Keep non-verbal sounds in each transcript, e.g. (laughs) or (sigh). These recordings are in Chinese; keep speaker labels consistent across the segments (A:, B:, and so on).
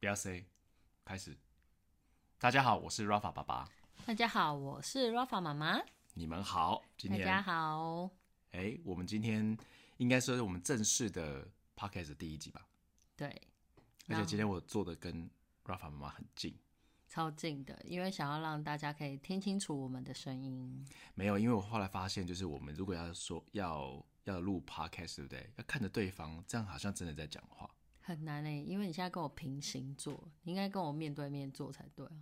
A: 不要 say，开始。大家好，我是 Rafa 爸爸，
B: 大家好，我是 Rafa 妈妈。
A: 你们好。今
B: 大
A: 天，
B: 家好，
A: 哎，我们今天应该说是我们正式的 podcast 的第一集吧。
B: 对，
A: 而且
B: 那
A: 今天我坐的跟 Rafa 妈妈很近，
B: 超近的，因为想要让大家可以听清楚我们的声音。
A: 没有，因为我后来发现，就是我们如果要说要要录 podcast，对不对？要看着对方，这样好像真的在讲话。
B: 很难嘞、因为你现在跟我平行坐，你应该跟我面对面坐才对啊。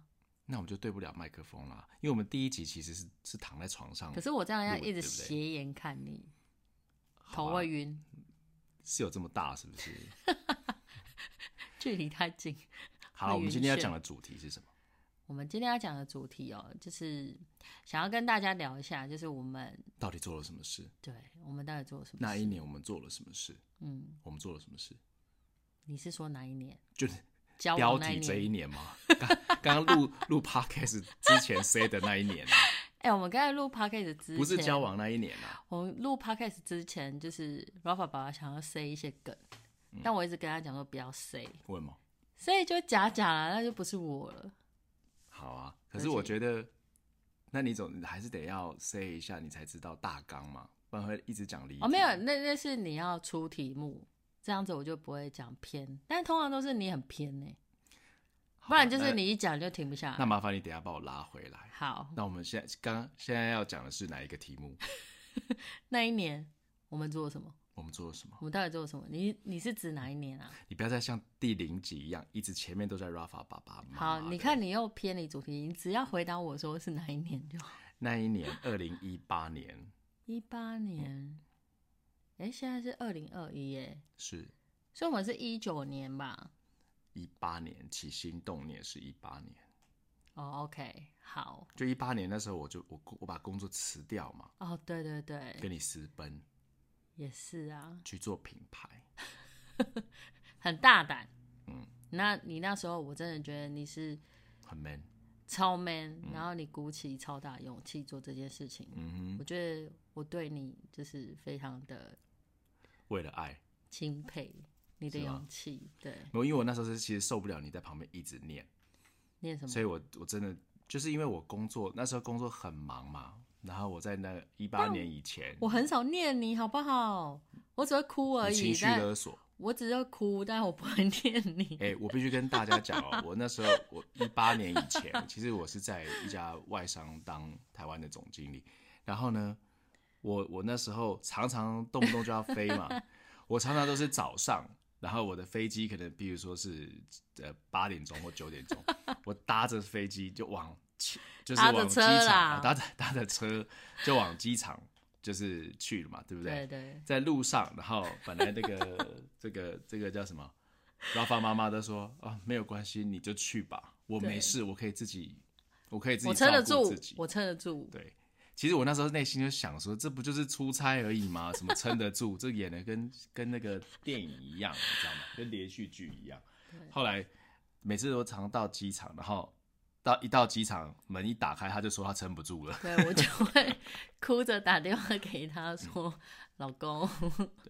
A: 那我们就对不了麦克风啦，因为我们第一集其实是是躺在床上，
B: 可是我这样要一
A: 录对
B: 直
A: 不哦对
B: 斜眼看你，
A: 好
B: 头
A: 吧
B: 会晕，
A: 是有这么大，是不
B: (laughs)
A: 是？
B: 距离太近。
A: 好，我们
B: 晕
A: 今天要
B: 眩
A: 讲的主题是什么？
B: 我们今天要讲的主题哦，就是想要跟大家聊一下，就是我们
A: 到底做了什么事？
B: 对我们到底做了什么
A: 那
B: 事？
A: 一年我们做了什么事？
B: 嗯，
A: 我们做了什么事？
B: 你是说哪一年？
A: 就是
B: 交
A: 标
B: 往那
A: 题
B: 一
A: 这
B: 年？
A: 一年吗？ (laughs) 刚刚刚录录 podcast 之前 say 的那一年，啊
B: 哎、我们刚才录 podcast 之前，
A: 不是交往那一年啊。
B: 我们录 podcast 之前，就是 Rafa 爸爸想要 say 一些梗，
A: 嗯
B: 但我一直跟他讲说不要 say，
A: 为什么？
B: 所以就假假啦，那就不是我了。
A: 好啊，可
B: 而
A: 是我
B: 且
A: 觉得，那你总还是得要 say 一下，你才知道大纲嘛，不然会一直讲离题。
B: 哦，没有，那那是你要出题目，这样子我就不会讲偏。但通常都是你很偏呢、
A: 好吧，
B: 不然就是
A: 那。
B: 你一讲就停不下
A: 那
B: 来。
A: 麻烦你等一下把我拉回来。
B: 好，
A: 那我们现在刚刚现在要讲的是哪一个题目？
B: 那一年我们做了什么？
A: 我们做了什么？
B: 我们到底做了什么？你你是指哪一年啊？
A: 你不要再像第零集一样，一直前面都在 Rafa 爸爸妈妈
B: 好，
A: 的。
B: 你看你又偏离主题，你只要回答我说是哪一年就好。
A: 那一年，二零一八年
B: 一八
A: 嗯
B: 年，哎、现在是二零二一耶。
A: 是
B: 所以我们是一九年吧？
A: 一八年，起心动念是一八年。
B: 哦、o k 好，
A: 就一八年那时候，我就我我把工作辞掉嘛，
B: 哦、对对对，
A: 跟你私奔
B: 也是啊，
A: 去做品牌。
B: 很大胆。
A: 嗯，
B: 那你那时候我真的觉得你是
A: 很 man。
B: 超 man，、然后你鼓起超大勇气做这件事情，
A: 嗯
B: 我觉得我对你就是非常的
A: 哼，为了爱，
B: 钦佩你的
A: 是吗啊
B: 勇气。对，
A: 没有，因为我那时候是其实受不了你在旁边一直念，
B: 念什么
A: 所？以我我真的就是因为我工作那时候工作很忙嘛，然后我在那一八年以前，
B: 我很少念你好不好？我只会哭而
A: 你情
B: 已，
A: 绪
B: 但
A: 勒索。
B: 我只会哭，但我不会 (laughs) 念你。
A: 哎、我必须跟大家讲哦，我那时候我一八年以前，其实我是在一家外商当台湾的总经理，然后呢，我我那时候常常动不动就要飞嘛，我常常都是早上，然后我的飞机可能比如说是呃八点钟或九点钟，我搭着飞机就往起就是
B: 搭着
A: 往机
B: 车
A: 场
B: 啦
A: 啊搭着搭着车就往机场就是去了嘛，对不
B: 对对，
A: 在路上，然后本来那个 (laughs) 这个这个叫什么，然后爸妈妈都说啊，没有关系，你就去吧，我
B: 对
A: 没事，我可以自己，我可以自己
B: 我撑得
A: 照顾
B: 住
A: 自己，。
B: 我撑得住。
A: 对，其实我那时候内心就想说，这不就是出差而已吗？什么撑得住？这演的跟 (laughs) 跟那个电影一样，你知道吗？跟连续剧一样。后来每次都常到机场，然后到一到机场门一打开，他就说他撑不住了。
B: 对我就会 (laughs) 哭着打电话给他说：“老公，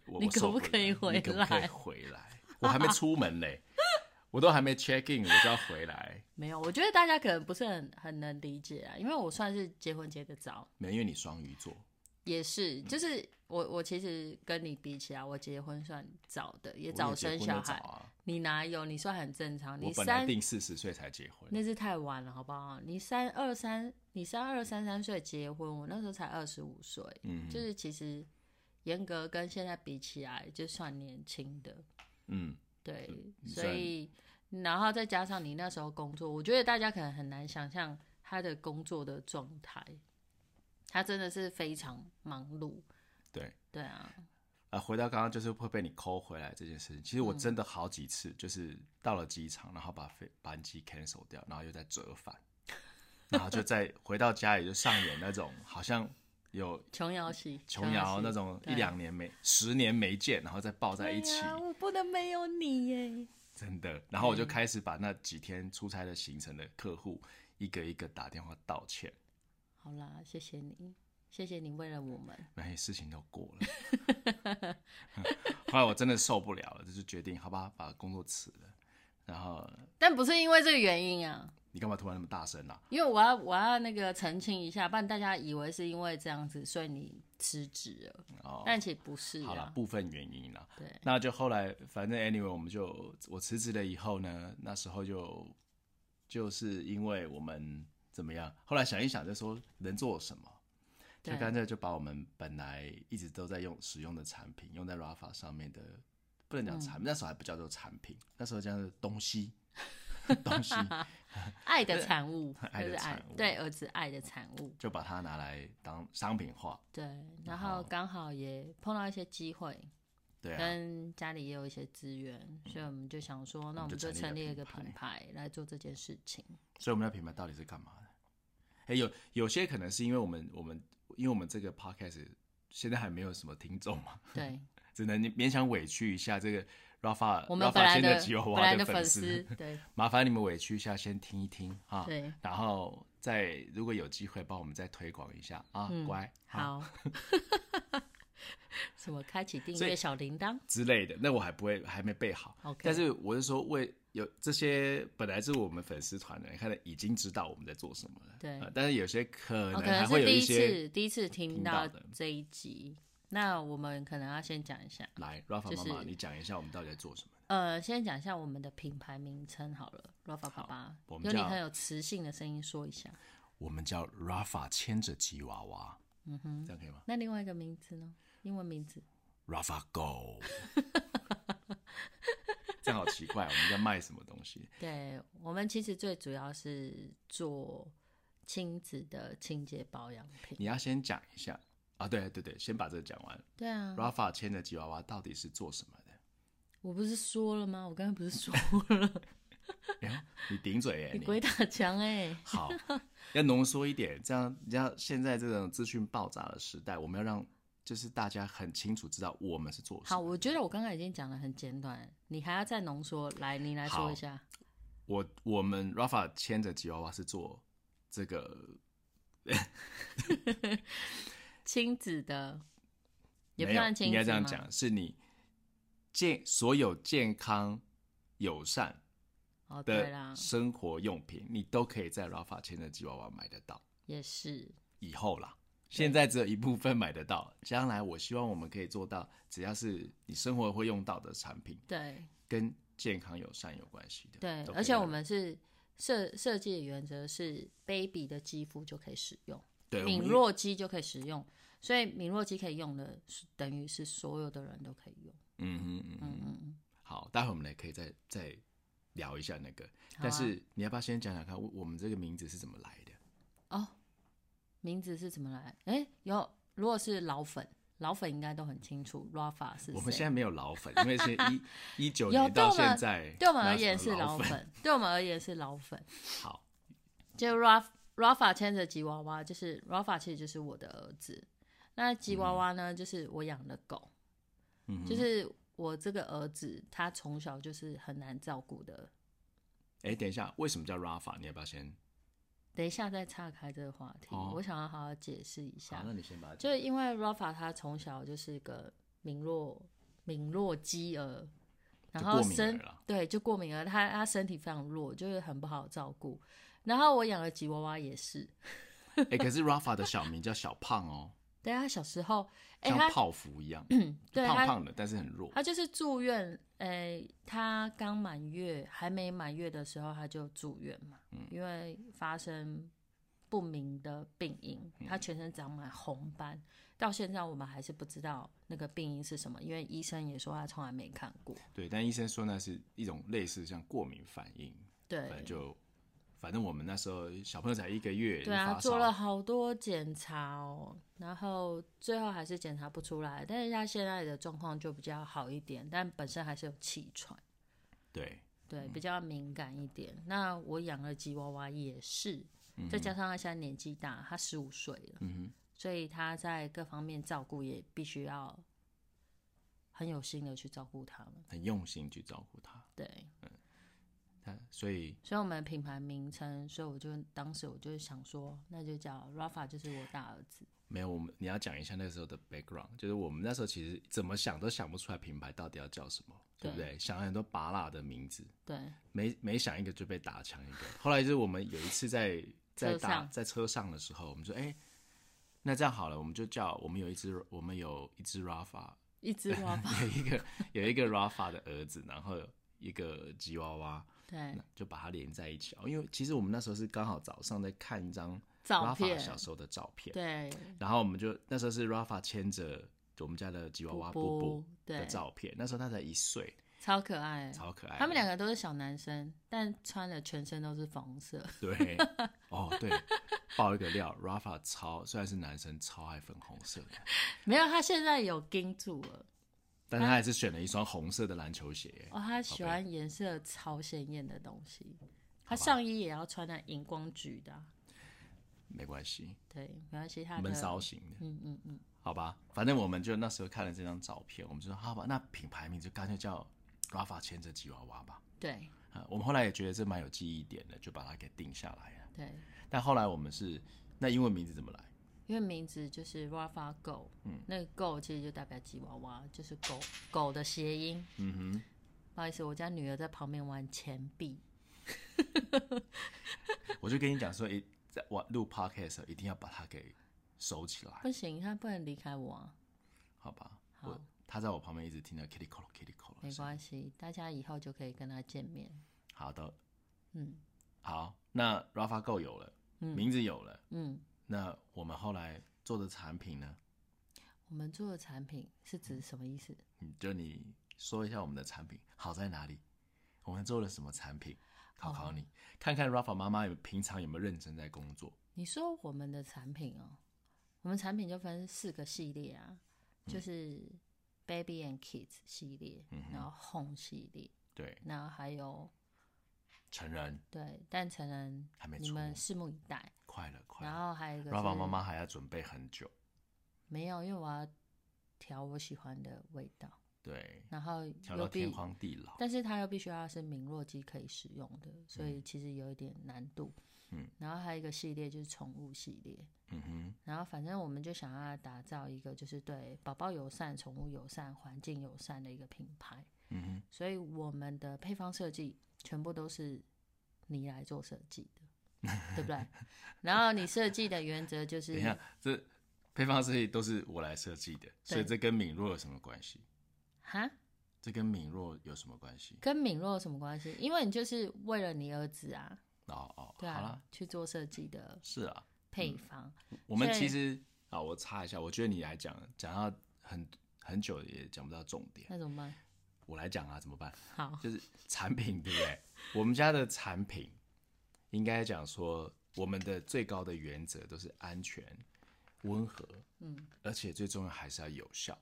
A: 我
B: 你
A: 我
B: 可
A: 受
B: 不
A: 了
B: 可以
A: 你
B: 回
A: 可不可以
B: 来
A: 回来？我还没出门嘞， (laughs) 我都还没 check in，我就要回来。
B: 没有。”我觉得大家可能不是很很能理解啊，因为我算是结婚结的早，
A: 没有，因为你双鱼座，
B: 也是，就是我我其实跟你比起来，我结婚算早的，也
A: 我
B: 早
A: 也结
B: 生
A: 婚
B: 小
A: 的早
B: 孩。
A: 啊。
B: 你哪有？你算很正常。
A: 我
B: 你
A: 本来
B: 三
A: 定四十岁才结婚，
B: 那是太晚了，好不好？你三二三，你三二三三岁结婚，我那时候才二十五岁，
A: 嗯
B: 就是其实严格跟现在比起来，就算年轻的。
A: 嗯，
B: 对，
A: 你
B: 所
A: 算
B: 以然后再加上你那时候工作，我觉得大家可能很难想象他的工作的状态，他真的是非常忙碌。
A: 对。
B: 对啊，
A: 啊，回到刚刚就是会被你抠回来这件事情，其实
B: 嗯
A: 我真的好几次就是到了机场，然后把飞班机 cancel 掉，然后又再折返，然后就
B: (laughs)
A: 再回到家里就上演那种好像有
B: 琼瑶戏，
A: 琼瑶
B: 戏
A: 那种一
B: 对
A: 两年没十年没见，然后再抱在一起，
B: 对啊我不能没有你耶。
A: 真的。然后我就
B: 嗯
A: 开始把那几天出差的行程的客户一个一个打电话道歉，
B: 好啦，谢谢你，谢谢你为了我们。
A: 那些事情都过了。 (laughs) 后来我真的受不了了，就是决定好吧，把工作辞了。然后
B: 但不是因为这个原因啊，
A: 你干嘛突然那么大声啊？
B: 因为我要我要那个澄清一下，不然大家以为是因为这样子，所以你辞职了，
A: 哦，
B: 但其实不是
A: 好了，
B: 啊。
A: 部分原因啦。
B: 对，
A: 那就后来，反正 anyway，我们就我辞职了以后呢，那时候就就是因为我们怎么样，后来想一想，就说能做什么，就
B: 对
A: 干脆就把我们本来一直都在用使用的产品，用在 Rafa 上面的，不能讲产品，那时候还不叫做产品，那时候叫做东西， (laughs) 东
B: (laughs)
A: 西 (laughs)
B: 爱的产物，
A: 爱
B: 就是
A: 的
B: 爱
A: 产物
B: 对儿子爱的产物。
A: 就把它拿来当商品化，
B: 对，然
A: 然
B: 后
A: 后
B: 刚好也碰到一些机会，
A: 对啊，嗯
B: 跟家里也有一些资源，所以我们就想说，那我
A: 我
B: 们
A: 们
B: 就
A: 就
B: 成
A: 成
B: 立
A: 立
B: 一
A: 一
B: 个
A: 个
B: 品
A: 品
B: 牌来做这件事
A: (laughs)
B: 情。
A: 所以我们的品牌到底是干嘛的？哎、有有些可能是因为我们我们因为我们这个 podcast 现在还没有什么听众嘛。 (laughs)
B: 对，
A: 只能勉强委屈一下这个 Rafa
B: 我们本来
A: Rafa
B: 的
A: 吉娃
B: 本
A: 娃
B: 来的
A: 啊粉
B: 丝，
A: (laughs)
B: 对
A: 麻烦你们委屈一下，先听一听啊，
B: 对，
A: 然后再如果有机会帮我们再推广一下啊，
B: 嗯
A: 乖，啊
B: 好。 (laughs) 什么？开启订
A: 所
B: 阅
A: 以
B: 小铃铛
A: 之类的，那我还不会还没备好，
B: ？OK，
A: 但是我是说为有这些本来是我们粉丝团的，你看已经知道我们在做什么了，
B: 对
A: 呃但是有些可
B: 哦
A: 能
B: 可能
A: 还
B: 是
A: 会有
B: 第
A: 一
B: 一
A: 些
B: 次第一次听
A: 听
B: 到
A: 到的
B: 这一集，那我们可能要先讲一下，
A: 来 Rafa
B: 就是
A: 妈妈，你讲一下我们到底在做什么？
B: 呃，先讲一下我们的品牌名称好了，Rafa 爸爸
A: 我，们
B: 用你
A: 叫
B: 很有磁性的声音说一下。
A: 我们叫 Rafa 牵着吉娃娃，嗯哼，这样可以吗
B: 那另外一个名字呢？英文
A: (laughs)
B: 名字？
A: Rafa Go，这样好奇怪，我们在卖什么东西？
B: 对我们其实最主要是做亲子的清洁保养品。
A: 你要先讲一下啊，对对对，先把这个讲完。
B: 对啊，
A: Rafa 牵的吉娃娃到底是做什么
B: (laughs)
A: 的？
B: 我不是说了吗？我刚才不是说了？
A: 哎呦你顶嘴耶！
B: 你 (laughs) 鬼打墙哎、
A: 好， (laughs) 要浓缩一点，这样你知道现在这种资讯爆炸的时代，我们要让就是大家很清楚知道我们是做什
B: 好，
A: 么。
B: 我觉得我刚才已经讲的很简短，你还要再浓缩。来，你来说一下。
A: 我我们 Rafa 牵着吉娃娃是做这个
B: 亲子的，也不
A: 没有
B: 算亲子
A: 应该这样
B: 吗，
A: 讲，是你健所有健康友善
B: 哦，对啦
A: 的，生活用品，你都可以在 Rafa 千的吉娃娃买得到。
B: 也是。
A: 以后啦，现在只有一部分买得到，将来我希望我们可以做到，只要是你生活会用到的产品，
B: 对
A: 跟健康友善有关系的，
B: 对
A: 都，可以
B: 而且
A: 买
B: 我们是设设计的原则是，baby 的肌肤就可以使用。
A: 对哎我
B: 敏
A: 们
B: 弱肌就可以使用，所以敏弱肌可以用的是等于是所有的人都可以用。
A: 嗯哼嗯
B: 嗯
A: 嗯，
B: 嗯嗯，
A: 好，待会我们来可以再再聊一下那个，
B: 好啊
A: 但是你要不要先讲讲看，我我们这个名字是怎么来的？
B: 哦，名字是怎么来？哎、有如果是老粉，老粉应该都很清楚 Rafa 是谁。
A: 我们现在没有老粉，因为
B: (laughs)
A: 是一一九
B: 有
A: 年到
B: 对我们
A: 现在，
B: 对我们
A: 哪有
B: 而
A: 什
B: 言
A: 么
B: 是
A: 老
B: 老
A: 粉。
B: 粉，对我们而言是老粉。
A: 好，
B: 就 Raf Rafa 牵着吉娃娃，就是 Rafa 其实就是我的儿子。那吉娃娃呢，就是我养的狗，
A: 嗯哼，
B: 就是我这个儿子，他从小就是很难照顾的。
A: 哎、等一下，为什么叫 Rafa？你要不要先？
B: 等一下再岔开这个话题，
A: 哦
B: 我想要好好解释一下
A: 好，。那你先把它
B: 就因为 Rafa 他从小就是一个敏弱敏弱肌儿，然后
A: 过敏
B: 身
A: 儿了
B: 对就过敏儿，他他身体非常弱，就是很不好照顾。然后我养了吉娃娃也是，
A: 哎、可是 Rafa 的小名叫小胖
B: (laughs)
A: 哦，
B: 对他小时候，哎、
A: 像
B: 他嗯
A: 泡芙一样，
B: 对
A: 胖
B: 他
A: 胖的，但是很弱。
B: 他就是住院，哎、他刚满月还没满月的时候他就住院嘛，
A: 嗯
B: 因为发生。不明的病因，
A: 嗯
B: 他全身长满红斑，到现在我们还是不知道那个病因是什么，因为医生也说他从来没看过。
A: 对，但医生说那是一种类似像过敏反应，
B: 对
A: 反，正就，反正我们那时候小朋友才一个月，
B: 对啊，
A: 发
B: 做
A: 烧
B: 了好多检查哦，然后最后还是检查不出来。但是他现在的状况就比较好一点，但本身还是有气喘，
A: 对，
B: 对，比较敏感一点。那我养了吉娃娃也是，再加上他现在年纪大，他十五岁了，
A: 嗯
B: 所以他在各方面照顾也必须要很有心的去照顾他们。
A: 哼，很用心去照顾他。
B: 对，
A: 他所以
B: 所以我们品牌名称，所以我就当时我就想说，那就叫 Rafa，就是我大儿子。
A: 没有我们你要讲一下那时候的 background，就是我们那时候其实怎么想都想不出来品牌到底要叫什么，对不
B: 对
A: 对？想了很多拔辣的名字，
B: 对，
A: 每每想一个就被打枪一个。后来就是我们有一次
B: (laughs)
A: 在在
B: 车
A: 打
B: 上
A: 在车上的时候，我们说，哎、那这样好了，我们就叫我们有一只我们有一只 Rafa， (laughs)
B: 一只 Rafa，
A: 有一个有一个 Rafa 的儿子，然后有一个吉娃娃，
B: (laughs) 对
A: 那，就把它连在一起哦。因为其实我们那时候是刚好早上在看一张
B: 照
A: Rafa
B: 片，
A: 小时候的照片，
B: 对，
A: 然后我们就那时候是 Rafa 牵着我们家的吉娃娃
B: 布
A: 布
B: 布
A: 布
B: 对
A: 的照片，那时候他才一岁，
B: 超可爱。
A: 超可爱。
B: 他们两个都是小男生，但穿的全身都是粉红色。
A: 对，哦对，爆一个料，Rafa 超虽然是男生，超爱粉红色的，
B: 没有，他现在有盯住了。
A: 但他还是选了一双红色的篮球鞋。
B: 哦，他喜欢颜色超鲜艳的东西，他上衣也要穿那荧光橘的啊、
A: 没关系，
B: 对，没关系，他
A: 闷
B: 的
A: 骚型的，
B: 嗯嗯嗯，
A: 好吧，反正我们就那时候看了这张照片，我们就说好吧，那品牌名就干脆叫 Rafa 牵着吉娃娃吧。
B: 对
A: 啊，我们后来也觉得这蛮有记忆点的，就把它给定下来了。
B: 对，
A: 但后来我们是，那英文名字怎么来？
B: 因为名字就是 Rafa Go，嗯，那个 Go 其实就代表吉娃娃，就是狗狗的谐音。嗯哼，不好意思，我家女儿在旁边玩钱币，
A: 我就跟你讲说，一在我录 podcast 的时候一定要把它给收起来，
B: 不行，她不能离开我、啊，
A: 好吧？我他在我旁边一直听到 kitty call kitty call，
B: 没关系，大家以后就可以跟她见面。
A: 好的，
B: 嗯
A: 好，那 Rafa Go 有了，名字有了，
B: 嗯，
A: 那我们后来做的产品呢？
B: 我们做的产品是指什么意思？
A: 你就你说一下我们的产品好在哪里，我们做了什么产品，考考你，看看 Rafa 妈妈有平常有没有认真在工作。
B: 你说我们的产品哦，我们产品就分四个系列啊，就是 Baby and Kids 系列，
A: 嗯
B: 然后 Home 系列，
A: 对，
B: 然后还有
A: 成人
B: 对，但成人
A: 还没
B: 你
A: 出，
B: 们拭目以待。
A: 快了快
B: 然
A: 了
B: 后还有一个
A: ，Rafa
B: 是
A: 妈妈还要准备很久。
B: 没有，因为我要调我喜欢的味道，
A: 对，
B: 然后
A: 调
B: 又
A: 到
B: 必
A: 天，荒地老。
B: 但是它又必须要是敏弱肌可以使用的，所以其实有一点难度。
A: 嗯，
B: 然后还有一个系列就是宠物系列，
A: 嗯哼，
B: 然后反正我们就想要打造一个就是对宝宝友善、宠物友善、环境友善的一个品牌，
A: 嗯哼，
B: 所以我们的配方设计全部都是你来做设计的，
A: (laughs)
B: 对不对？然后你设计的原则就是
A: 等一下，这配方设计都是我来设计的，所以
B: 对
A: 这跟敏弱有什么关系？
B: 哈，
A: 这跟敏弱有什么关系？
B: 跟敏弱有什么关系？因为你就是为了你儿子啊，
A: 哦哦，
B: 对
A: 好啦
B: 啊，，去做设计的
A: 是啊，
B: 配方，
A: 我们
B: 所以
A: 其实啊，我插一下，我觉得你来讲讲到很很久也讲不到重点，
B: 那怎么办？
A: 我来讲啊，怎么办？
B: 好，
A: 就是产品，对不对？ (laughs) 我们家的产品应该讲说，我们的最高的原则都是安全、温和，
B: 嗯，
A: 而且最重要还是要有效。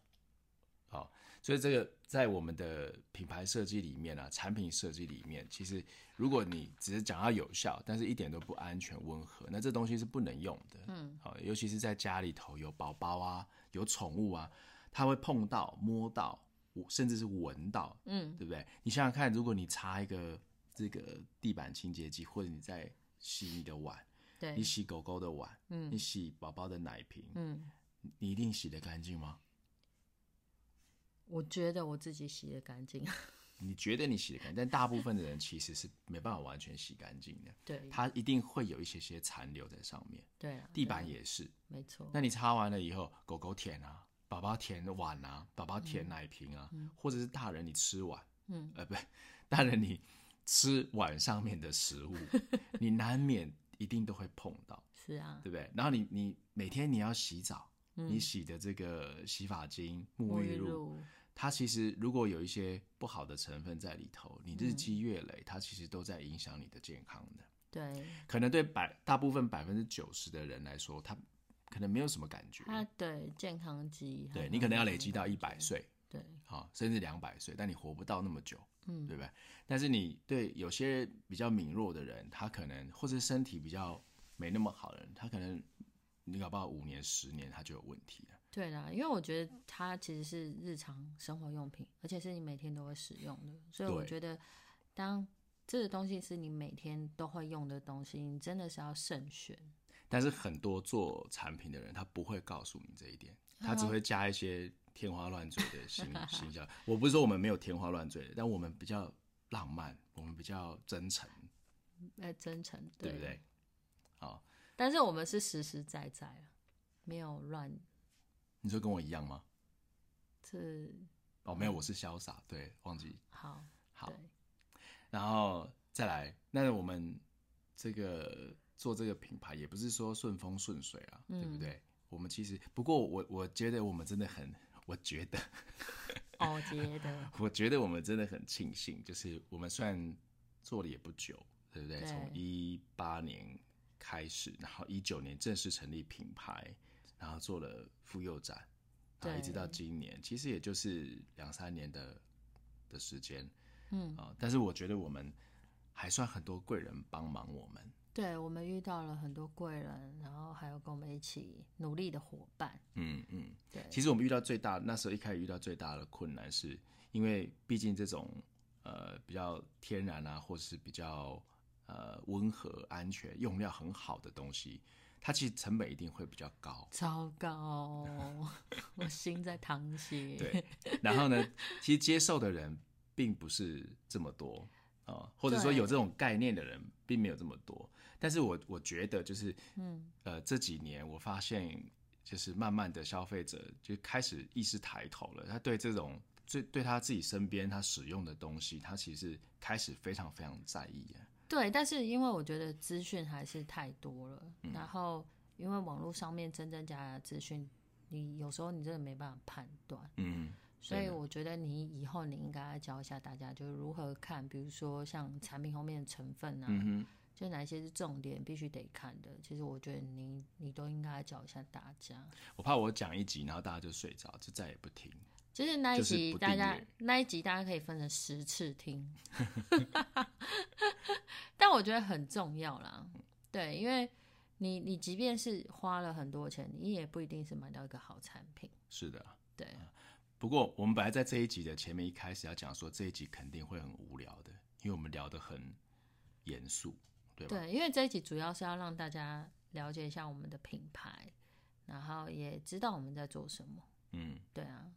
A: 好，所以这个在我们的品牌设计里面啊，产品设计里面，其实如果你只是讲到有效，但是一点都不安全、温和，那这东西是不能用的。嗯，好，尤其是在家里头有宝宝啊、有宠物啊，它会碰到、摸到，甚至是闻到，
B: 嗯，
A: 对不对？你想想看，如果你擦一个这个地板清洁剂，或者你在洗你的碗，
B: 对
A: 你，洗狗狗的碗，嗯，你洗宝宝的奶瓶，
B: 嗯，
A: 你一定洗得干净吗？
B: 我觉得我自己洗的干净， (laughs)
A: 你觉得你洗得干净，但大部分的人其实是没办法完全洗干净的，
B: (laughs) 对，
A: 它一定会有一些些残留在上面。
B: 对啊，
A: 地板也是，
B: 没错，
A: 那你擦完了以后，狗狗舔啊，宝宝舔碗啊，宝宝舔奶瓶啊，或者是大人你吃碗，
B: 嗯，
A: 呃，不， (laughs) 大人你吃碗上面的食物，你难免一定都会碰到，
B: 是啊，
A: 对不对？然后你你每天你要洗澡，你洗的这个洗发精、沐
B: 嗯沐
A: 浴
B: 浴
A: 露，
B: 露，
A: 它其实如果有一些不好的成分在里头，你日积月累，它其实都在影响你的健康的。
B: 对，
A: 可能对百大部分百分之九十的人来说，他可能没有什么感觉。
B: 它对健康机，
A: 对
B: 它
A: 你可能要
B: 没
A: 累积
B: 什么
A: 到一
B: 感
A: 百
B: 觉，
A: 岁，
B: 对，
A: 啊、甚至两百岁，但你活不到那么久，
B: 嗯
A: 对不对？但是你对有些比较敏弱的人，他可能或者身体比较没那么好的人，他可能你搞不好五年、十年他就有问题了。
B: 对啦，因为我觉得它其实是日常生活用品，而且是你每天都会使用的，所以我
A: 对
B: 觉得当这个东西是你每天都会用的东西，你真的是要慎选。
A: 但是很多做产品的人，他不会告诉你这一点，他只会加一些天花乱坠的形形象。我不是说我们没有天花乱坠，但我们比较浪漫，我们比较真诚，
B: 哎，真诚，
A: 对不对？好，
B: 但是我们是实实在在啊，没有乱，
A: 你说跟我一样吗？
B: 这
A: 哦，没有，我是潇洒，对，忘记。
B: 好，
A: 好
B: 对，
A: 然后再来，那我们这个做这个品牌也不是说顺风顺水啊，
B: 嗯
A: 对不对？我们其实不过我我觉得我们真的很， (laughs) 我觉得
B: 哦，杰的，
A: 我觉得我们真的很庆幸，就是我们虽然做了也不久，对不对？
B: 对
A: 从一八年开始，然后一九年正式成立品牌，然后做了妇幼展，然后一直
B: 对
A: 到今年，其实也就是两三年的的时间。
B: 嗯，
A: 啊、但是我觉得我们还算很多贵人帮忙我们，
B: 对我们遇到了很多贵人，然后还有跟我们一起努力的伙伴，
A: 嗯嗯。
B: 对，
A: 其实我们遇到最大，那时候一开始遇到最大的困难是，因为毕竟这种呃比较天然啊，或是比较呃温和、安全、用料很好的东西，它其实成本一定会比较高。
B: 糟糕， (laughs) 我心在淌血。
A: 对，然后呢，其实接受的人并不是这么多啊、呃或者说
B: 对
A: 有这种概念的人并没有这么多。但是我我觉得就是，嗯，呃，这几年我发现，就是慢慢的消费者就开始意识抬头了，他对这种对对他自己身边他使用的东西，他其实开始非常非常在意耶。
B: 对，但是因为我觉得资讯还是太多了，
A: 嗯
B: 然后因为网络上面真真假假的资讯，你有时候你真的没办法判断，
A: 嗯，
B: 所
A: 真
B: 以
A: 的
B: 我觉得你以后你应该教一下大家，就是如何看，比如说像产品后面的成分啊，
A: 嗯
B: 就哪一些是重点必须得看的。其实我觉得你你都应该教一下大家。
A: 哼，我怕我讲一集，然后大家就睡着，就再也不听。
B: 其实那一
A: 就是
B: 集
A: 不
B: 大
A: 订
B: 家
A: 阅
B: 那一集大家可以分成十次听， (laughs) 但我觉得很重要啦。对，因为你你即便是花了很多钱，你也不一定是买到一个好产品。
A: 是的，
B: 对，
A: 啊不过我们本来在这一集的前面一开始要讲说这一集肯定会很无聊的，因为我们聊得很严肃，对吧？
B: 对，因为这一集主要是要让大家了解一下我们的品牌，然后也知道我们在做什么。
A: 嗯，
B: 对啊，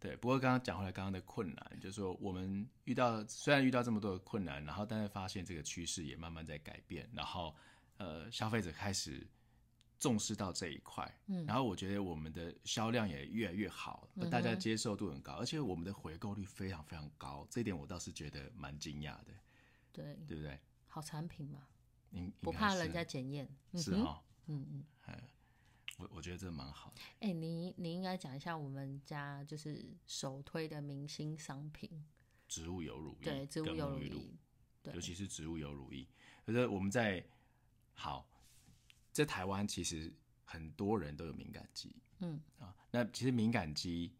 A: 对。不过刚刚讲回来刚刚的困难，就是说我们遇到虽然遇到这么多的困难，然后但是发现这个趋势也慢慢在改变，然后呃消费者开始重视到这一块，嗯，然后我觉得我们的销量也越来越好，
B: 嗯
A: 大家接受度很高，而且我们的回购率非常非常高，这一点我倒是觉得蛮惊讶的，
B: 对，
A: 对不对？
B: 好产品嘛，
A: 应
B: 不
A: 应该
B: 怕
A: 是
B: 人家检验。
A: 是哦，
B: 嗯嗯。
A: 我我觉得这蛮好的。
B: 哎、你你应该讲一下我们家就是首推的明星商品，
A: 植物油乳液，
B: 对，植物
A: 跟
B: 油
A: 沐
B: 乳
A: 浴露，
B: 液，对
A: 尤其是植物油乳液。可是我们在好，在台湾其实很多人都有敏感肌，
B: 嗯
A: 啊，那其实敏感肌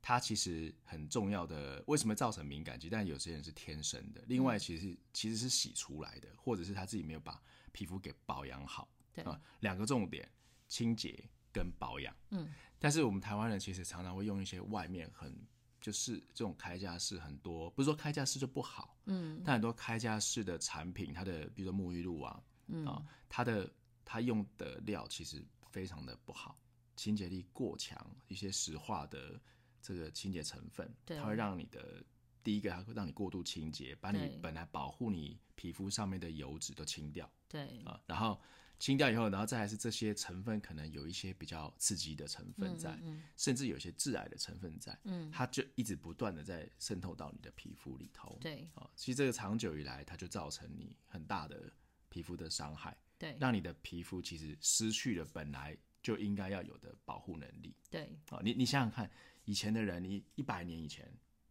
A: 它其实很重要的，为什么造成敏感肌？但有些人是天生的，
B: 嗯
A: 另外其实其实是洗出来的，或者是他自己没有把皮肤给保养好
B: 对
A: 啊。两个重点，清洁跟保养。
B: 嗯，
A: 但是我们台湾人其实常常会用一些外面很就是这种开架式很多，不是说开架式就不好，
B: 嗯
A: 但很多开架式的产品，它的比如说沐浴露啊，嗯啊，它的它用的料其实非常的不好，清洁力过强，一些石化的这个清洁成分，
B: 对
A: 它会让你的第一个，它会让你过度清洁，把
B: 对
A: 你本来保护你皮肤上面的油脂都清掉。
B: 对，
A: 啊，然后清掉以后，然后再来是这些成分可能有一些比较刺激的成
B: 嗯
A: 分在，甚至有些致癌的成分在，嗯，它就一直不断的在渗透到你的皮肤里头，
B: 对
A: 啊，其实这个长久以来，它就造成你很大的皮肤的伤害，
B: 对
A: 让你的皮肤其实失去了本来就应该要有的保护能力
B: 对
A: 啊。你你想想看，以前的人，你一百年以前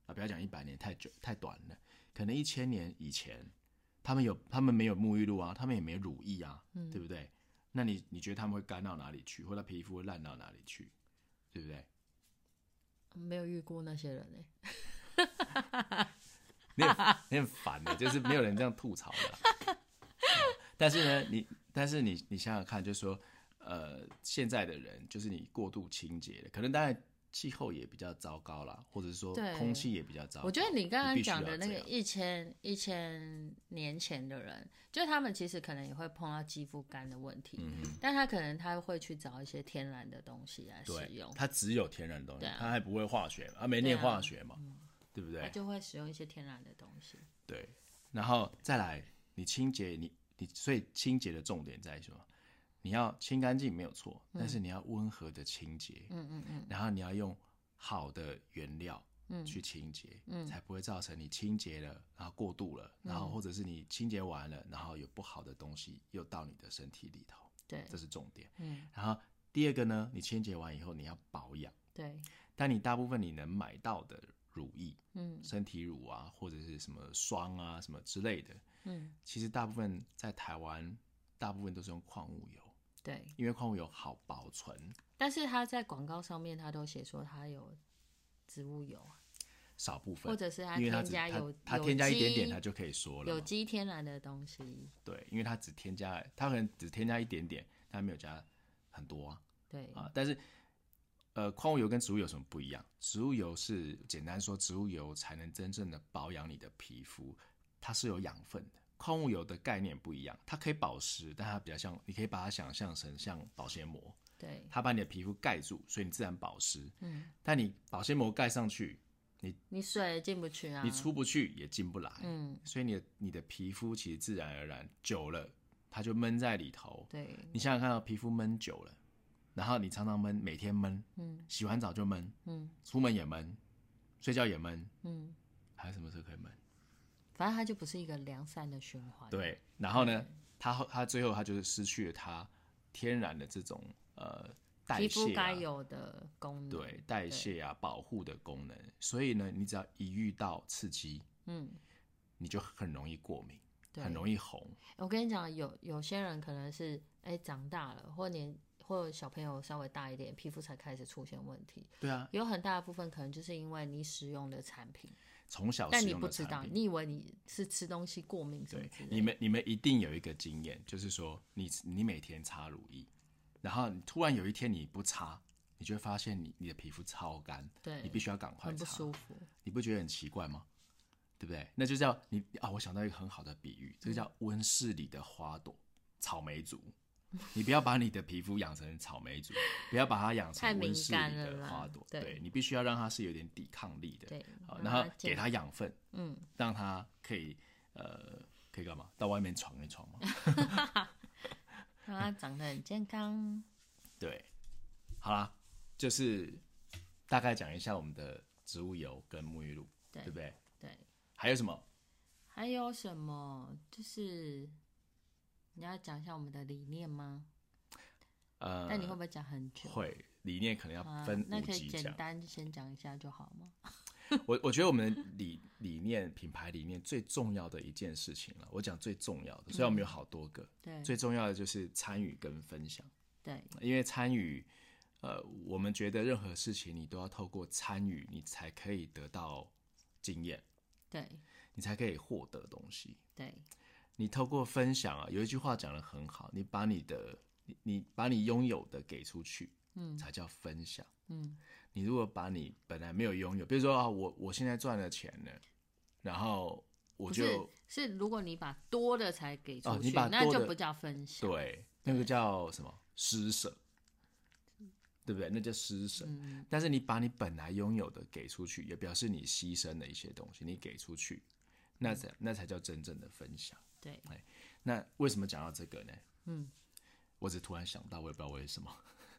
A: 啊，不要讲一百年太久太短了，可能一千年以前，他们有他们没有沐浴露啊，他们也没乳液啊，
B: 嗯
A: 对不对？那你你觉得他们会干到哪里去，或者皮肤会烂到哪里去，对不对？
B: 没有遇过那些人哎、
A: 你很你很烦的，就是没有人这样吐槽的啊、嗯但是呢，你但是你你想想看，就是说，呃，现在的人就是你过度清洁了，可能当然气候也比较糟糕啦，或者是说
B: 对
A: 空气也比较糟糕。
B: 我觉得你刚
A: 啊必
B: 刚
A: 须要
B: 讲的那
A: 这
B: 个
A: 样
B: 一千一千年前的人，就是他们其实可能也会碰到肌肤干的问题，
A: 嗯
B: 但他可能他会去找一些天然的东西来使
A: 对
B: 用，，
A: 它只有天然的东西
B: 对啊，
A: 它还不会化学嘛，它没念
B: 对啊
A: 化学嘛，对不
B: 他
A: 对？
B: 就会使用一些天然的东西。
A: 对，然后再来，你清洁，你你所以清洁的重点在于什么？你要清干净没有错，但是你要温和的清洁，
B: 嗯嗯嗯
A: 然后你要用好的原料
B: 嗯
A: 去清洁，
B: 嗯
A: 才不会造成你清洁了，然后过度了，然后或者是你清洁完了，然后有不好的东西又到你的身体里头，
B: 对
A: 这是重点。
B: 嗯
A: 然后第二个呢，你清洁完以后你要保养，
B: 对，
A: 但你大部分你能买到的乳液、
B: 嗯
A: 身体乳啊，或者是什么霜啊什么之类的，
B: 嗯
A: 其实大部分在台湾，大部分都是用矿物油，
B: 对，
A: 因为矿物油好保存，
B: 但是他在广告上面他都写说他有植物油啊，
A: 少部分，
B: 或者是他
A: 因为它
B: 添
A: 只
B: 加有
A: 它它
B: 有
A: 添加一点
B: 机
A: 点，它就可以说了
B: 有
A: 嘛。
B: 机天然的东西，
A: 对，因为它只添加，它可能只添加一点点，它没有加很多啊
B: 对
A: 啊。但是，呃，矿物油跟植物油有什么不一样？植物油是简单说，植物油才能真正的保养你的皮肤，它是有养分的。矿物油的概念不一样，它可以保湿，但它比较像，你可以把它想象成像保鲜膜，
B: 对
A: 它把你的皮肤盖住，所以你自然保湿。
B: 嗯，
A: 但你保鲜膜盖上去，
B: 你水进不去啊，
A: 你出不去也进不来。
B: 嗯
A: 所以你的你的皮肤其实自然而然久了，它就闷在里头。
B: 对
A: 你想想看、哦，皮肤闷久了，然后你常常闷，每天闷，
B: 嗯
A: 洗完澡就闷，
B: 嗯
A: 出门也闷，睡觉也闷，
B: 嗯，
A: 还有什么时候可以闷？
B: 反正它就不是一个良善的循环，
A: 对，然后呢，它后它最后它就是失去了它天然的这种呃代谢、
B: 皮
A: 啊、
B: 肤该有嗯的功能，
A: 对代谢啊、保护的功能。所以呢，你只要一遇到刺激，
B: 嗯，
A: 你就很容易过敏，
B: 对
A: 很容易红。
B: 我跟你讲，有有些人可能是哎、长大了，或年或小朋友稍微大一点，皮肤才开始出现问题，
A: 对啊，
B: 有很大的部分可能就是因为你使用的产品，
A: 从小
B: 但
A: 哦使
B: 你
A: 用
B: 不
A: 的
B: 知道
A: 产，品。
B: 你以为你是吃东西过敏什么
A: 对
B: 之，类
A: 你
B: 的，
A: 们你们一定有一个经验，就是说你你每天擦乳液，然后你突然有一天你不擦，你就会发现你你的皮肤超干，
B: 对
A: 你必须要赶快
B: 很不
A: 擦，
B: 舒服，
A: 你不觉得很奇怪吗？对不对？那就叫你啊！我想到一个很好的比
B: 嗯
A: 喻，这个叫温室里的花朵，草莓族。你不要把你的皮肤养成草莓族，不要把它养
B: 太
A: 成
B: 敏
A: 温室
B: 感
A: 里
B: 了
A: 的
B: 啦
A: 花朵。
B: 对
A: 你必须要让它是有点抵抗力的，
B: 对
A: 好，
B: 让
A: 然后
B: 它
A: 给
B: 健
A: 它养分，
B: 嗯，
A: 让它可以呃，可以干嘛？到外面闯一闯
B: (laughs)
A: 嘛。
B: 让它长得很健康。
A: 对，好啦，就是大概讲一下我们的植物油跟沐浴露，
B: 对
A: 对不对？
B: 对，
A: 还有什么？
B: 还有什么？就是你要讲一下我们的理念吗？
A: 呃，
B: 但你会不会讲很久？
A: 会理念可能要
B: 啊
A: 分，
B: 那
A: 五
B: 可以
A: 集
B: 简
A: 讲。
B: 单先讲一下就好吗？
A: 我我觉得我们的理理念、品牌理念最重要的一件事情了，我讲最重要的，虽然我们有好多个，
B: 对
A: 最重要的就是参与跟分享，
B: 对
A: 因为参与，呃，我们觉得任何事情你都要透过参与，你才可以得到经验，
B: 对
A: 你才可以获得东西。
B: 对
A: 你透过分享啊，有一句话讲得很好，你把你的你你把你拥有的给出去，嗯，才叫分享。
B: 嗯，
A: 你如果把你本来没有拥有，比如说啊，我我现在赚了钱了，然后我
B: 不是，
A: 就是
B: 如果你把多的才给
A: 哦
B: 出
A: 你
B: 去，
A: 把
B: 那
A: 多
B: 就
A: 的
B: 不叫分享。
A: 对那个叫什么施舍，对不对？那叫施舍。但是你把你本来拥有的给出去，也表示你牺牲了一些东西，你给出去，那才那才叫真正的分享。
B: 对
A: 那为什么讲到这个呢？
B: 嗯，
A: 我只突然想到，我也不知道为什么。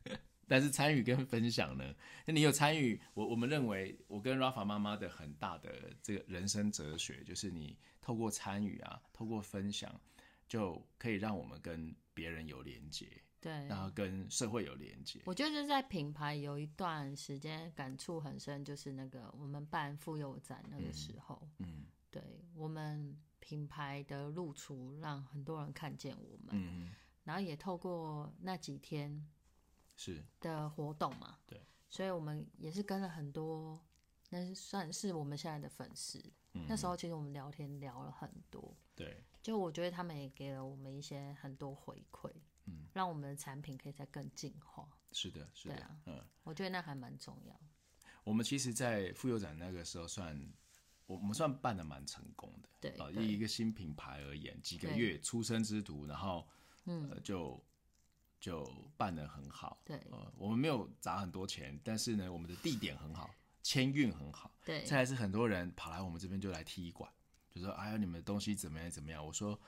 A: (laughs) 但是参与跟分享呢？那你有参与？我我们认为，我跟 Rafa 妈妈的很大的这个人生哲学，就是你透过参与啊，透过分享，就可以让我们跟别人有连接，
B: 对
A: 然后跟社会有连接。
B: 我觉得在品牌有一段时间感触很深，就是那个我们办妇幼展那个时候，
A: 嗯
B: 对我们品牌的露出，让很多人看见我们，
A: 嗯，
B: 然后也透过那几天
A: 是
B: 的活动嘛，
A: 对，
B: 所以我们也是跟了很多，那算是我们现在的粉丝。
A: 嗯
B: 那时候其实我们聊天聊了很多，
A: 对，
B: 就我觉得他们也给了我们一些很多回馈，嗯，让我们的产品可以再更进化。
A: 是的，是
B: 对
A: 的
B: 啊，
A: 嗯，
B: 我觉得那还蛮重要。
A: 我们其实，在妇幼展那个时候算，我我们算办的蛮成功的。
B: 对
A: 啊，
B: 对
A: 以一个新品牌而言，几个
B: 对
A: 月出生之徒，然后嗯、呃就就办得很好。
B: 对
A: 呃，我们没有砸很多钱，但是呢，我们的地点很好，签运很好。
B: 对
A: 再来是很多人跑来我们这边就来踢馆，就说：“哎呀，你们的东西怎么样怎么样？”我说：“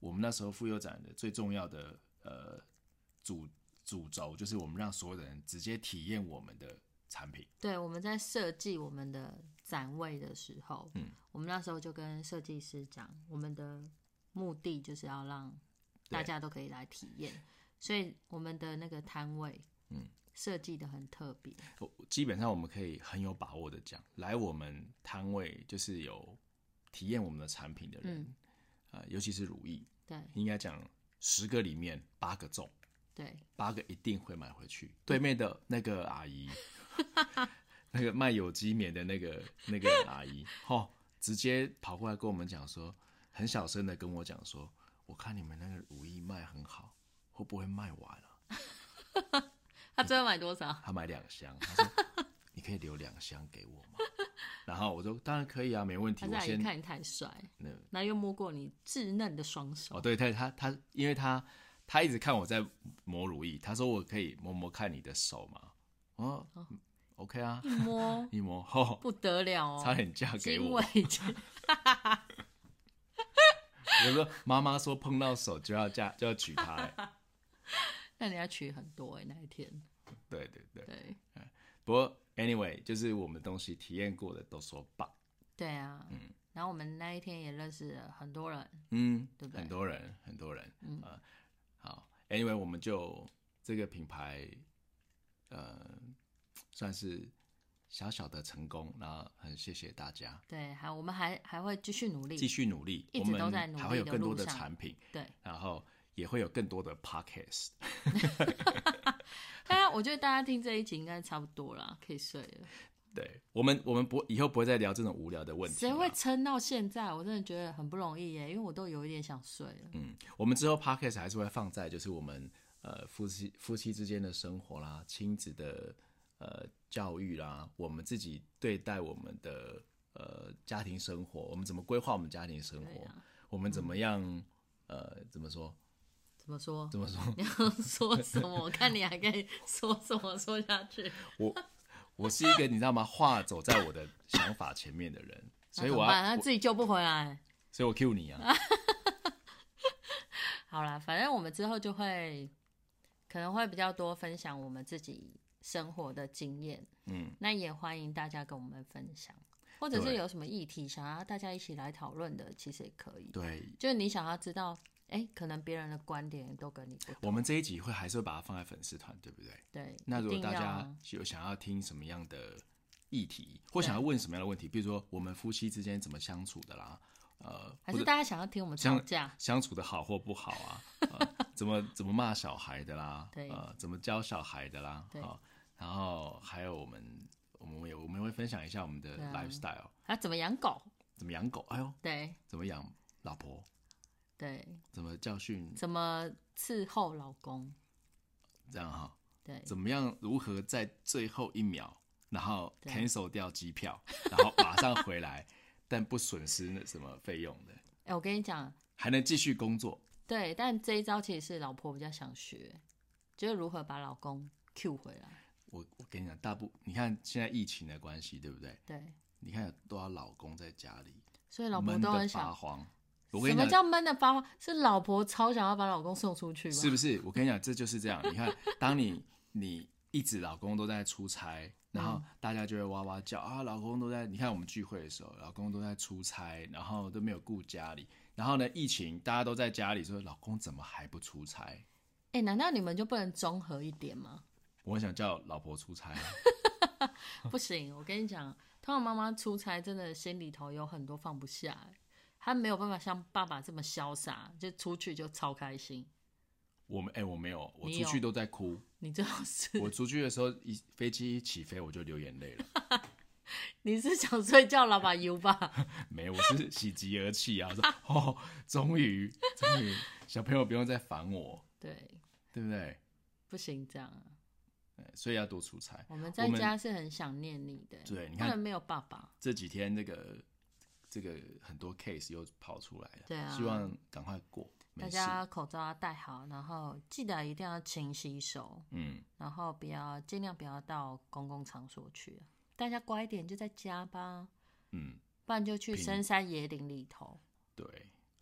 A: 我们那时候妇幼展的最重要的呃主主轴就是我们让所有的人直接体验我们的产品。
B: 对，我们在设计我们的展位的时候，嗯，我们那时候就跟设计师讲，我们的目的就是要让大
A: 对
B: 家都可以来体验，所以我们的那个摊位，
A: 嗯，
B: 设计的很特别，
A: 我基本上我们可以很有把握的讲，来我们摊位就是有体验我们的产品的人，呃，尤其是如意，
B: 对
A: 应该讲十个里面八个中。”
B: 对
A: 八个一定会买回去。对面的那个阿姨，那个卖有机棉的那个那个阿姨， (laughs) 吼，直接跑过来跟我们讲说，很小声的跟我讲说，我看你们那个乳液卖很好，会不会卖完啊？
B: 他最后买多少？
A: 他买两箱，他
B: (laughs)
A: 说你可以留两箱给我吗？然后我说当然可以啊，没问题，
B: 还是
A: 我
B: 阿姨
A: 先
B: 看你太帅，
A: 那
B: 然后又摸过你稚嫩的双手，
A: 哦，对，他他他，因为他他一直看我在磨乳液，他说我可以摸摸看你的手嘛，哦嗯，OK 啊，
B: 一摸
A: 一摸，吼。
B: 不得了哦，
A: 差点嫁给
B: 惊
A: 我。
B: 为天
A: 我说妈妈说碰到手就要嫁就要娶她、欸，
B: (laughs) 那你要取很多哎、那一天，
A: 对对对。
B: 对
A: 不过 anyway，就是我们东西体验过的都说棒，
B: 对啊，嗯，然后我们那一天也认识了很多人，
A: 嗯，
B: 对不对
A: 很多人很多人，嗯、好，anyway，我们就这个品牌，呃，算是小小的成功，然后很谢谢大家，
B: 对，还我们还还会继续努力，
A: 继续努力，
B: 一
A: 我
B: 直都
A: 们
B: 在努力的
A: 还会有更多的
B: 路上
A: 产品，
B: 对，
A: 然后也会有更多的 podcast，
B: 大家我觉得大家听这一集应该差不多啦，可以睡了。
A: 对我们我们不以后不会再聊这种无聊的问题，
B: 谁会撑到现在？我真的觉得很不容易耶，因为我都有一点想睡了。
A: 嗯，我们之后 podcast 还是会放在就是我们呃夫妻夫妻之间的生活啦，亲子的呃教育啦，我们自己对待我们的呃家庭生活，我们怎么规划我们家庭生
B: 对
A: 活，
B: 啊
A: 我们怎么样、呃怎么说
B: 怎么说？
A: 怎么说，
B: 你要 (laughs) 说什么？我看你还可以 (laughs) 说什么说下去。
A: 我我是一个你知道吗，话走在我的想法前面的人，所以我
B: 那怎么办
A: 要
B: 他
A: 我
B: 自己救不回来。
A: 所以我 Q 你啊， (laughs)
B: 好啦，反正我们之后就会可能会比较多分享我们自己生活的经验，
A: 嗯，
B: 那也欢迎大家跟我们分享，或者是
A: 对
B: 有什么议题想要大家一起来讨论的，其实也可以。
A: 对。
B: 就是你想要知道，哎、可能别人的观点都跟你不
A: 我们这一集会还是会把它放在粉丝团，对不对？
B: 对。
A: (laughs) 那如
B: 一
A: 果
B: 定
A: 大
B: 要
A: 家
B: 啊
A: 有想要听什么样的议题，或想要问什么样的问题，比如说我们夫妻之间怎么相处的啦，呃，
B: 还
A: 或
B: 是
A: 者
B: 大家想要听我们
A: 像
B: 吵架，
A: 相处的好或不好啊，
B: (laughs)
A: 呃、怎么怎么骂小孩的啦，
B: 对
A: 呃，怎么教小孩的啦，
B: 对
A: 啊，然后还有我们我们有我们会分享一下我们的
B: 对啊
A: lifestyle，、
B: 啊，怎么养狗？
A: 怎么养狗，哎呦，
B: 对
A: 怎么养老婆，
B: 对，
A: 怎么教训，
B: 怎么伺候老公？
A: 这样哈、
B: 对
A: 怎么样如何在最后一秒，然后
B: 对
A: cancel 掉机票， (laughs) 然后马上回来， (laughs) 但不损失那什么费用的，
B: 哎、我跟你讲，
A: 还能继续工作。
B: 对，但这一招其实是老婆比较想学，就是如何把老公 Q 回来。
A: 我我跟你讲，大部你看现在疫情的关系，对不对？
B: 对，
A: 你看有多少老公在家里
B: 所以老婆
A: 闷
B: 都
A: 得
B: 很
A: 发
B: 想，
A: 慌。我跟
B: 什
A: 你
B: 么
A: 讲，
B: 叫闷的发慌？是老婆超想要把老公送出去吧？
A: 是不是？我跟你讲，这就是这样。你看，当你你一直老公都在出差，然后
B: 嗯
A: 大家就会哇哇叫啊，老公都在。你看我们聚会的时候，老公都在出差，然后都没有顾家里。然后呢，疫情大家都在家里，说老公怎么还不出差？
B: 哎、难道你们就不能综合一点吗？
A: 我很想叫老婆出差啊，
B: 不行，我跟你讲，通常妈妈出差真的心里头有很多放不下、欸，她没有办法像爸爸这么潇洒，就出去就超开心。
A: 我们哎、我没有，我
B: 你
A: 出
B: 有
A: 去都在哭。
B: 你最好是
A: 我出去的时候，一飞机一起飞我就流眼泪了。
B: 你是想睡觉了吧？U 吧？ (laughs)
A: 没有，我是喜极而泣啊！我说哦，终于终于，小朋友不用再烦我，
B: 对，
A: 对不对？
B: 不行这样啊，
A: 哎所以要多出差。
B: 我们在
A: 我们
B: 家是很想念你的，
A: 对你
B: 他
A: 看
B: 们没有爸爸，
A: 这几天这个这个很多 case 又跑出来了，
B: 对啊
A: 希望赶快过，没
B: 大
A: 事，
B: 家口罩要戴好，然后记得一定要勤洗手，
A: 嗯，
B: 然后不要尽量不要到公共场所去啊。大家乖一点，就在家吧，
A: 嗯，
B: 不然就去
A: 平
B: 深山野岭里头，
A: 对，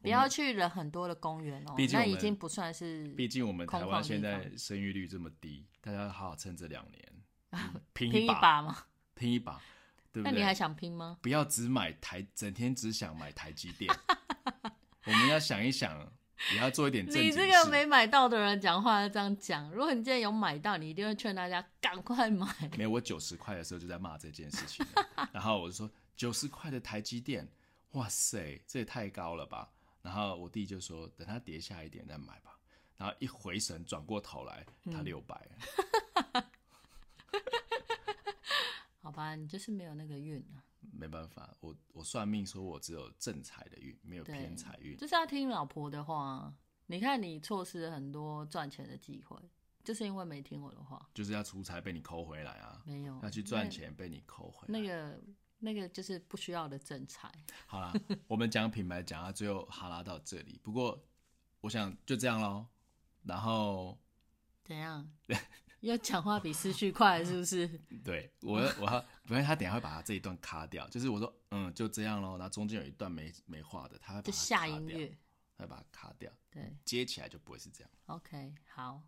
B: 不要去人很多的公园哦
A: 毕，竟
B: 那
A: 我
B: 已
A: 们
B: 经不算是
A: 毕竟我们台
B: 空旷
A: 湾
B: 地
A: 现
B: 方
A: 在生育率这么低，大家好好趁这两年、嗯拼
B: 啊拼一
A: 把，
B: 把嘛。
A: 拼一把，对不
B: 那
A: 对？
B: 你还想拼吗？
A: 不要只买台，整天只想买台积
B: (laughs)
A: 电，我们要想一想，也要做一点正经
B: 你
A: 事。
B: 这个没买到的人讲话要这样讲，如果你今天有买到，你一定会劝大家赶快买。 (laughs)
A: 没有，我九十块的时候就在骂这件事情了然后我就说九十块的台积电，哇塞，这也太高了吧。然后我弟就说等它跌下一点再买吧。然后一回神转过头来，
B: 嗯
A: 它六百、
B: 好吧，你就是没有那个运啊，
A: 没办法，我我算命说我只有正财的运，没有
B: 对
A: 偏财运。
B: 就是要听老婆的话啊。你看，你错失了很多赚钱的机会，就是因为没听我的话。
A: 就是要出差被你抠回来啊，
B: 没有
A: 要去赚钱被你抠回来。
B: 那个那个就是不需要的正财。
A: 好啦， (laughs) 我们讲品牌讲到最后哈拉到这里，不过我想就这样喽。然后
B: 怎样？ (laughs) 要讲话比思绪快是不
A: (laughs)
B: 是？
A: 对我要我要，不然他等一下会把他这一段卡掉，就是我说嗯就这样喽，然后中间有一段没没话的，他会把它
B: 就下
A: 卡
B: 音
A: 掉，
B: 乐。
A: 他会把它卡掉，
B: 对
A: 接起来就不会是这样，
B: ，OK，好，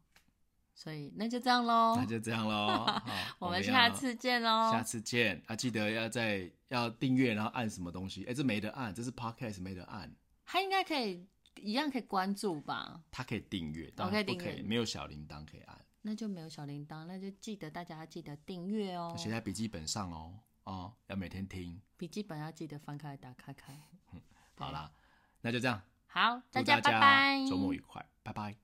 B: 所以那就这样喽
A: 那，就这样
B: (laughs)
A: 喽。好
B: 哦我们
A: 要
B: 下次见喽，
A: 下次见啊，记得要在要订阅，然后按什么东西？哎、这没得按，这是 podcast 没得按，
B: 他应该可以一样可以关注吧？
A: 它可以订阅，
B: 我
A: 当
B: 哦可以
A: 然不
B: 订
A: 可
B: 阅
A: 以，没有小铃铛可以按，
B: 那就没有小铃铛，那就记得大家要记得订阅哦，
A: 写在笔记本上哦，哦，要每天听。
B: 笔记本要记得翻开打开看。
A: 好啦，那就这样，
B: 好，
A: 祝
B: 家
A: 大
B: 拜
A: 家
B: 拜，
A: 周末愉快，拜拜。